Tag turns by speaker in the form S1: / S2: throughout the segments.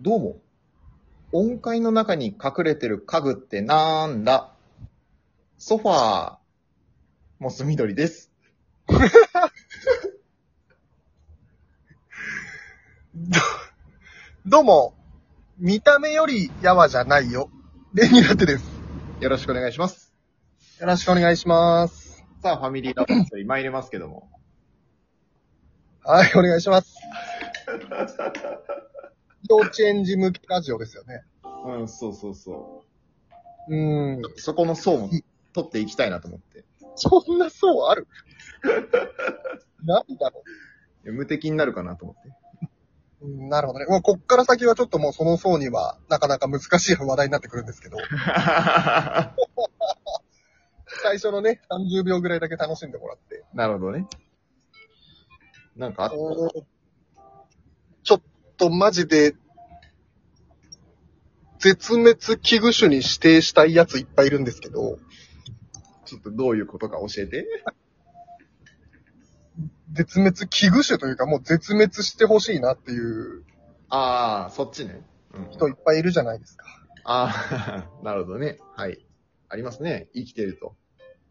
S1: どうも。音階の中に隠れてる家具ってなんだソファー。モス緑です。
S2: ど、どうも、見た目よりやわじゃないよ。レニラテです。
S1: よろしくお願いします。
S2: よろしくお願いします。
S1: さあ、ファミリーラブストーリー参りますけども。
S2: はい、お願いし ます。幼稚園児向けラジオですよね。
S1: うん、そうそうそう
S2: ーん
S1: う。。そこの層も取っていきたいなと思って。い
S2: そんな層あるなんだろ
S1: や無敵になるかなと思って。
S2: ううん。なるほどね。まあ、こっから先はちょっともうその層にはなかなか難しい話題になってくるんですけど、 最初のね、30秒ぐらいだけ楽しんでもらって。
S1: なるほどね。なんかあっ
S2: ちょっとマジで、絶滅危惧種に指定したいやついっぱいいるんですけど、
S1: ちょっとどういうことか教えて。
S2: 絶滅危惧種というかもう絶滅してほしいなっていう
S1: ああ、そっちね。うん
S2: 人いっぱいいるじゃないですか。
S1: あ あ、なるほどね。はい。ありますね。生きてると。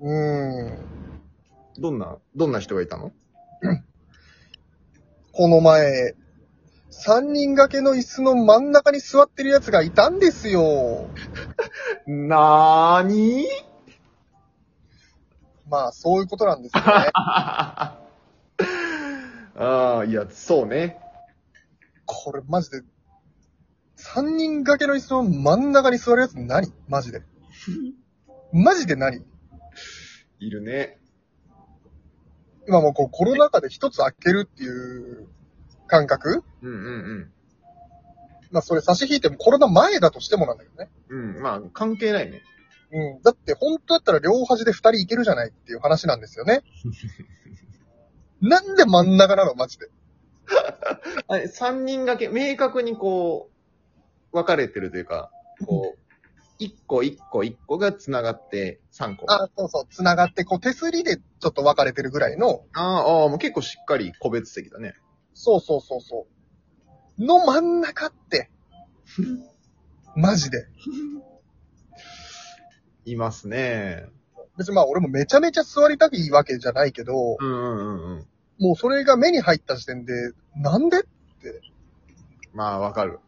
S2: うーん。
S1: どんな、どんな人がいたの
S2: この前、三人掛けの椅子の真ん中に座ってるやつがいたんですよ。
S1: なーに。
S2: まあ、そういうことなんですよね
S1: ああ、いや、そうね。
S2: これマジで、三人掛けの椅子の真ん中に座るやつ何マジで。マジで何
S1: いるね。
S2: 今もうこうコロナ禍で一つ開けるっていう感覚
S1: うんうん
S2: まあそれ差し引いてもコロナ前だとしてもなんだけどね。
S1: うん。うん、まあ、関係ないね。
S2: うん。だって本当だったら両端で二人いけるじゃないっていう話なんですよね。なんで真ん中なのマジで。
S1: あれ、三人掛け、明確にこう、分かれてるというか、こう、一個一個一個が繋がって三個。あ
S2: あ、そうそう。繋がって、こう手すりでちょっと分かれてるぐらいの、
S1: あー、あーもう結構しっかり個別的だね。
S2: そうそうそうそう。の真ん中って。マジで。
S1: いますね。
S2: 別にまあ俺もめちゃめちゃ座りたくいいわけじゃないけど、
S1: うんうんうんうん。
S2: もうそれが目に入った時点で、なんで
S1: まあ、わかる。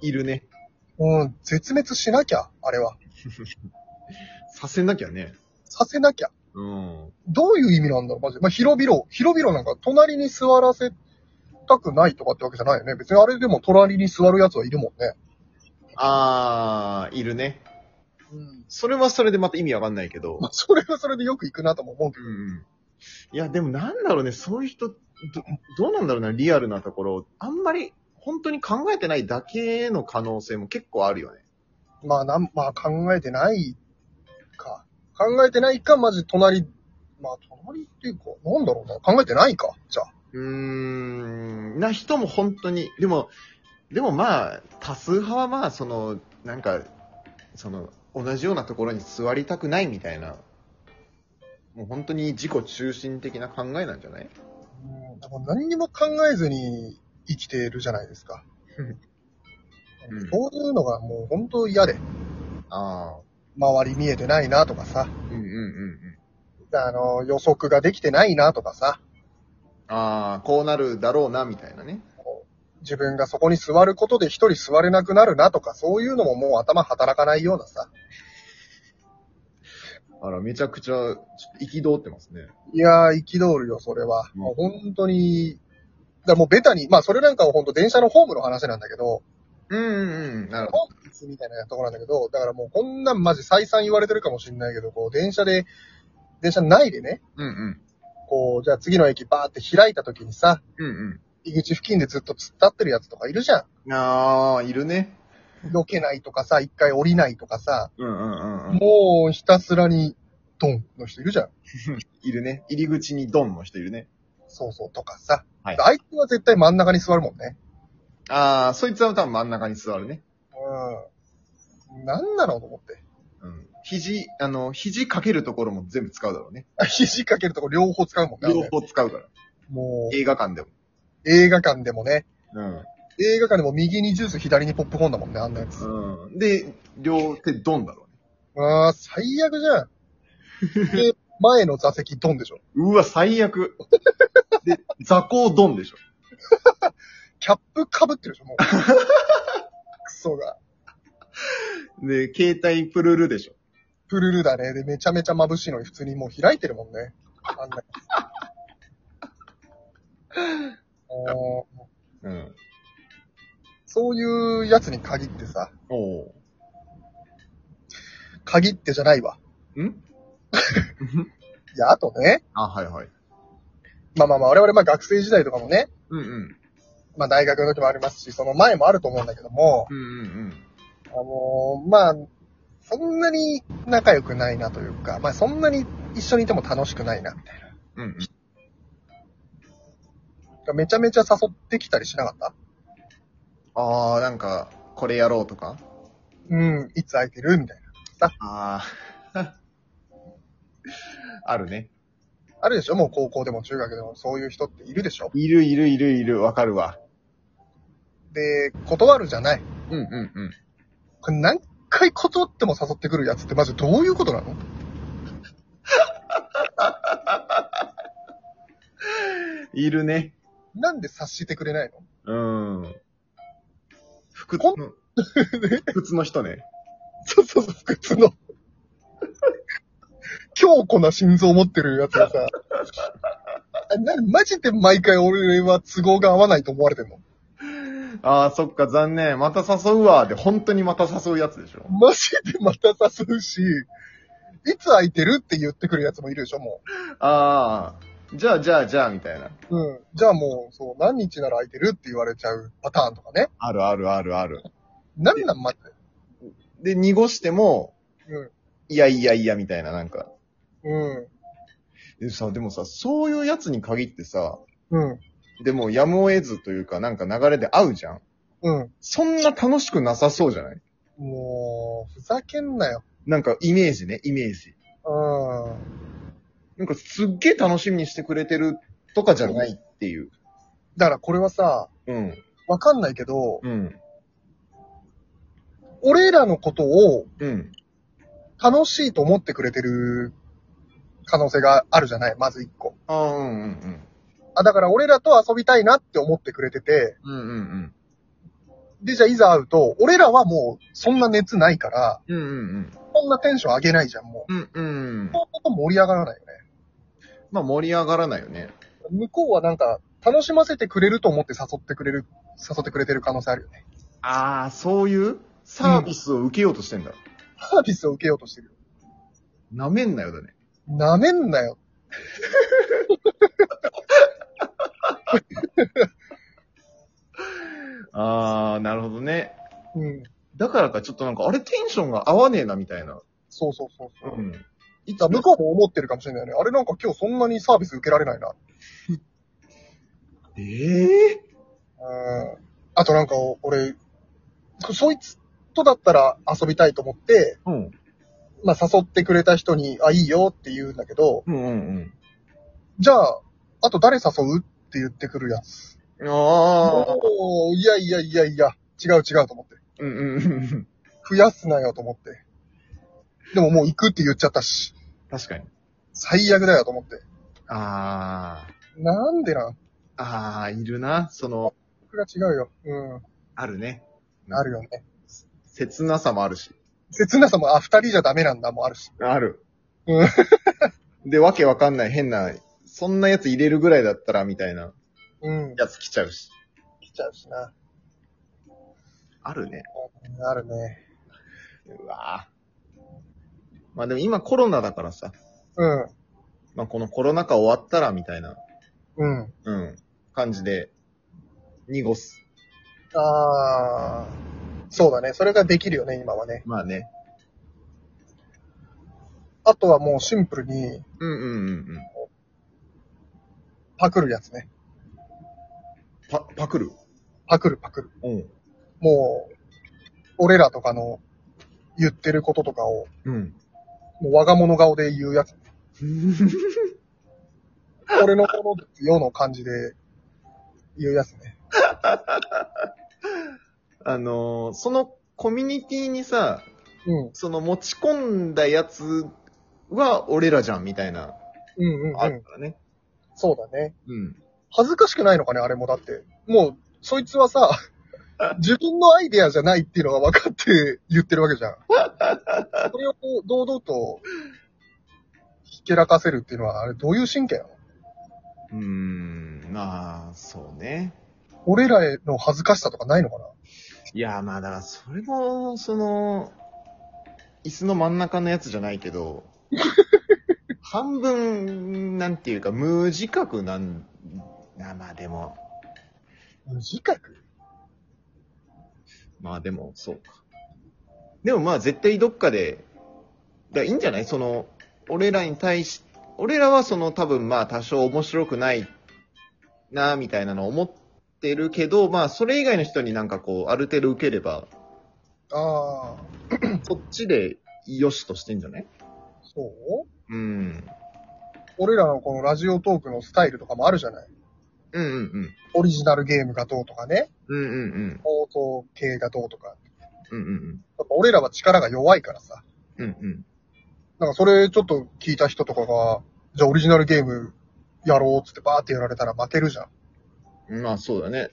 S1: いるね。
S2: うん、絶滅しなきゃ、あれは。
S1: させなきゃね。
S2: させなきゃ。
S1: うん。
S2: どういう意味なんだろう、マジで。まあ、広々、広々なんか隣に座らせたくないとかってわけじゃないよね。別にあれでも隣に座るやつはいるもんね。
S1: ああ、いるね。
S2: うん。
S1: それはそれでまた意味わかんないけど
S2: ま。あ、それはそれでよく行くなとも思うけ
S1: うんうん。いや、でもなんだろうね、そういう人、ど、どうなんだろうな、リアルなところ、あんまり本当に考えてないだけの可能性も結構あるよね。
S2: ど。まあ、なん、まあ考えてないか。考えてないか、マジ隣、まあ隣っていうか、なんだろうな。考えてないか、じゃあ。
S1: うーん、な人も本当に、でも、でもまあ、多数派はまあ、その、なんか、その、同じようなところに座りたくないみたいな、もう本当に自己中心的な考えなんじゃない
S2: うん、でも何にも考えずに生きているじゃないですか。
S1: うんうん
S2: そういうのがもう本当嫌で、
S1: ああ。
S2: 周り見えてないなとかさ、
S1: うんうんうんうん。
S2: あの、予測ができてないなとかさ、
S1: ああ、こうなるだろうな、みたいなね。
S2: 自分がそこに座ることで一人座れなくなるなとか、そういうのももう頭働かないようなさ。
S1: あら、めちゃくちゃ、ちょっと憤ってますね。
S2: いやー、憤るよ、それは。
S1: うん
S2: もう本当に、だからもうベタに、まあそれなんかは本当電車のホームの話なんだけど、
S1: うんうんうん、なるほ
S2: ホームレスみたいなところなんだけど、だからもうこんなんマジ再三言われてるかもしんないけど、こう電車で、電車内でね、
S1: ど。うんうん。
S2: こう、じゃあ次の駅バーって開いた時にさ、
S1: うん
S2: 入り口付近でずっと突っ立ってるやつとかいるじゃん。
S1: うん。ああ、いるね。
S2: 避けないとかさ、一回降りないとかさ、
S1: うんうんうんうん。
S2: もうひたすらに、ドンの人いるじゃん。
S1: いるね。入り口にドンの人いるね。
S2: そうそうとかさ。
S1: はい
S2: あいつは絶対真ん中に座るもんね。
S1: ああ、そいつは多分真ん中に座るね。
S2: うん。なんなのと思って。
S1: うん。肘、あの、肘かけるところも全部使うだろうね。
S2: あ 肘かけるとこ両方使うもんね。あ
S1: 両
S2: れ
S1: 方使うから。
S2: もう、
S1: 映画館でも。
S2: 映画館でもね、
S1: うん。
S2: 映画館でも右にジュース、左にポップコーンだもんね、あんなやつ。
S1: うん。で、両手ドンだろ
S2: あー、最悪じゃん。 で、前の座席ドンでしょ。
S1: うね。うわ、最悪。で、座高ドンでしょ。
S2: キャップ被ってるでしょ、も う。クソが。
S1: で、携帯プルルでしょ。
S2: プルルだね。で、めちゃめちゃ眩しいのに普通にもう開いてるもんね。あんなやつ おー
S1: うん。
S2: そういうやつに限ってさ、
S1: おう
S2: 限ってじゃないわ。
S1: ん
S2: いや、あとね、
S1: あ、はいはい。
S2: まあまあまあ、我々まあ学生時代とかもね、
S1: うんうん。
S2: まあ大学の時もありますし、その前もあると思うんだけども、
S1: うんうん
S2: あのーまあ、そんなに仲良くないなというか、まあそんなに一緒にいても楽しくないな。
S1: うん。うん
S2: めちゃめちゃ誘ってきたりしなかった
S1: ああ、なんか、これやろうとか。
S2: うん、いつ空いてるみたいな。
S1: ああ。 あるね。
S2: あるでしょもう高校でも中学でもそういう人っているでしょ
S1: いるいるいるいる、わかるわ。
S2: で、断るじゃない。
S1: うんうんうん。
S2: これ何回断っても誘ってくるやつってマジどういうことなの
S1: いるね。
S2: なんで察してくれないの
S1: うん。服
S2: こ
S1: の、服の人ね。
S2: そうそうそう、普通の。強固な心臓を持ってるやつがさ、あなマジで毎回俺は都合が合わないと思われてんの
S1: ああ、そっか、残念。また誘うわ。で、本当にまた誘うやつでしょ。
S2: マジでまた誘うし、いつ空いてるって言ってくるやつもいるでしょ、も
S1: ああ、じゃあじゃあじゃあ、みたいな。
S2: う。うん。じゃあもう、そう、何日なら空いてるって言われちゃうパターンとかね。
S1: あるあるあるある。
S2: なんなん、ま、
S1: で、濁しても、
S2: うん
S1: いやいやいや、みたいな、なんか。
S2: うん。
S1: でさ、でもさ、そういうやつに限ってさ、
S2: うん。
S1: でもやむを得ずというか、なんか流れで会うじゃん。
S2: うん。
S1: そんな楽しくなさそうじゃない
S2: もう、ふざけんなよ。
S1: なんかイメージね、イメージ。
S2: うん。
S1: なんかすっげえ楽しみにしてくれてるとかじゃないっていう。
S2: だからこれはさ、
S1: うん。
S2: わかんないけど、
S1: うん。
S2: 俺らのことを
S1: うん。
S2: 楽しいと思ってくれてる可能性があるじゃないまず一個。
S1: ああ、うんうんうん。
S2: あ、だから俺らと遊びたいなって思ってくれてて、
S1: うんうんうん。
S2: で、じゃあいざ会うと、俺らはもうそんな熱ないから、
S1: うんうん
S2: こんなテンション上げないじゃん、もう。
S1: うん。うんうん。
S2: そうすると盛り上がらないよね。
S1: まあ盛り上がらないよね。
S2: 向こうはなんか、楽しませてくれると思って誘ってくれる、誘ってくれてる可能性あるよね。
S1: ああ、そういうサービスを受けようとしてんだ。
S2: サービスを受けようとしてる。
S1: なめんなよだね。
S2: なめんなよ。
S1: ああ、なるほどね。
S2: うん。
S1: だからか、ちょっとなんか、あれテンションが合わねえな、みたいな。
S2: そうそうそうそう。
S1: ん。いつ
S2: だから
S1: も
S2: 向こうも思ってるかもしれないよね。あれなんか今日そんなにサービス受けられないな。
S1: ええ
S2: うんあとなんか、俺、そいつとだったら遊びたいと思って、
S1: うん。
S2: まあ誘ってくれた人に、あ、いいよって言うんだけど、
S1: うんうん
S2: じゃあ、あと誰誘うって言ってくるやつ。
S1: うん。ああ。
S2: おーいやいやいやいや、違う違うと思って。
S1: うんうんうん。
S2: 増やすなよと思って。でももう行くって言っちゃったし、
S1: 確かに。
S2: 最悪だよと思って。
S1: あ
S2: なんでなん
S1: あ。ああ、いるな。その、
S2: 僕が違うよ。う
S1: あるね。
S2: ん。あるよね。
S1: 切なさもあるし。
S2: 切なさも、あ、二人じゃダメなんだもあるし。
S1: ある。
S2: う
S1: で、わけわかんない変な、そんなやつ入れるぐらいだったら、みたいな
S2: うん。
S1: やつ来ちゃうし。
S2: 来ちゃうしな。
S1: あるね。
S2: あるね。
S1: うわぁまあでも今コロナだからさ、
S2: うん。
S1: まあこのコロナ禍終わったらみたいな、
S2: うん。
S1: うん、感じで、濁す。
S2: ああ、そうだね。それができるよね、今はね。
S1: まあね。
S2: あとはもうシンプル
S1: うんう
S2: に
S1: んうんうん。
S2: パクるやつね。
S1: パ、パクる
S2: パクるパクる。
S1: うん。
S2: もう、俺らとかの言ってることとかを、
S1: うん。
S2: もう我が物顔で言うやつ。俺のものですよの感じで言うやつね。
S1: あのーそのコミュニティにさ、
S2: うん。
S1: その持ち込んだやつは俺らじゃんみたいな、
S2: うんうん
S1: あ
S2: う
S1: る
S2: ん。
S1: からね。
S2: そうだね。
S1: うん。
S2: 恥ずかしくないのかね、あれも。だって。もう、そいつは さ、自分のアイデアじゃないっていうのが分かって言ってるわけじゃん。それをこう堂々と、ひけらかせるっていうのは、あれどういう神経なの
S1: うーん、まあ、そうね。
S2: 俺らへの恥ずかしさとかないのかない
S1: や、まあ、だからそれも、その、椅子の真ん中のやつじゃないけど、半分、なんていうか、無自覚なん、あまあでも、
S2: 無自覚
S1: まあでも、そうか。でもまあ絶対どっかで、だからいいんじゃないその、俺らに対し、俺らはその多分まあ多少面白くないなみたいなのを思ってるけど、まあそれ以外の人になんかこう、ある程度受ければ、
S2: ああ、
S1: そっちで良しとしてんじゃない
S2: そう
S1: うん。
S2: 俺らのこのラジオトークのスタイルとかもあるじゃない
S1: うんうんうん。
S2: オリジナルゲームがどうとかね、
S1: うんうんうん。
S2: 応答系がどうとか。
S1: うんうんうん。
S2: やっぱ俺らは力が弱いからさ。
S1: うんうん。
S2: なんかそれちょっと聞いた人とかが、じゃあオリジナルゲームやろうっつってバーってやられたら負けるじゃん。
S1: まあそうだね。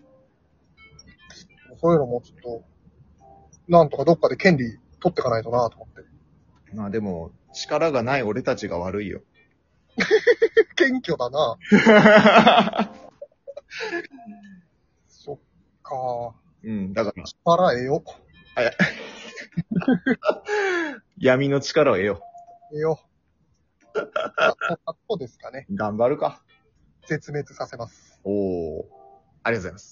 S2: そういうのもちょっと、なんとかどっかで権利取ってかないとなと思って。
S1: まあでも、力がない俺たちが悪いよ。
S2: 謙虚だなそっか
S1: うん、だから、
S2: 力得よ。
S1: 闇の力を得よ
S2: 得よ。あそんなとこですかね。
S1: う。頑張るか。
S2: 絶滅させます。
S1: おお、ありがとうございます。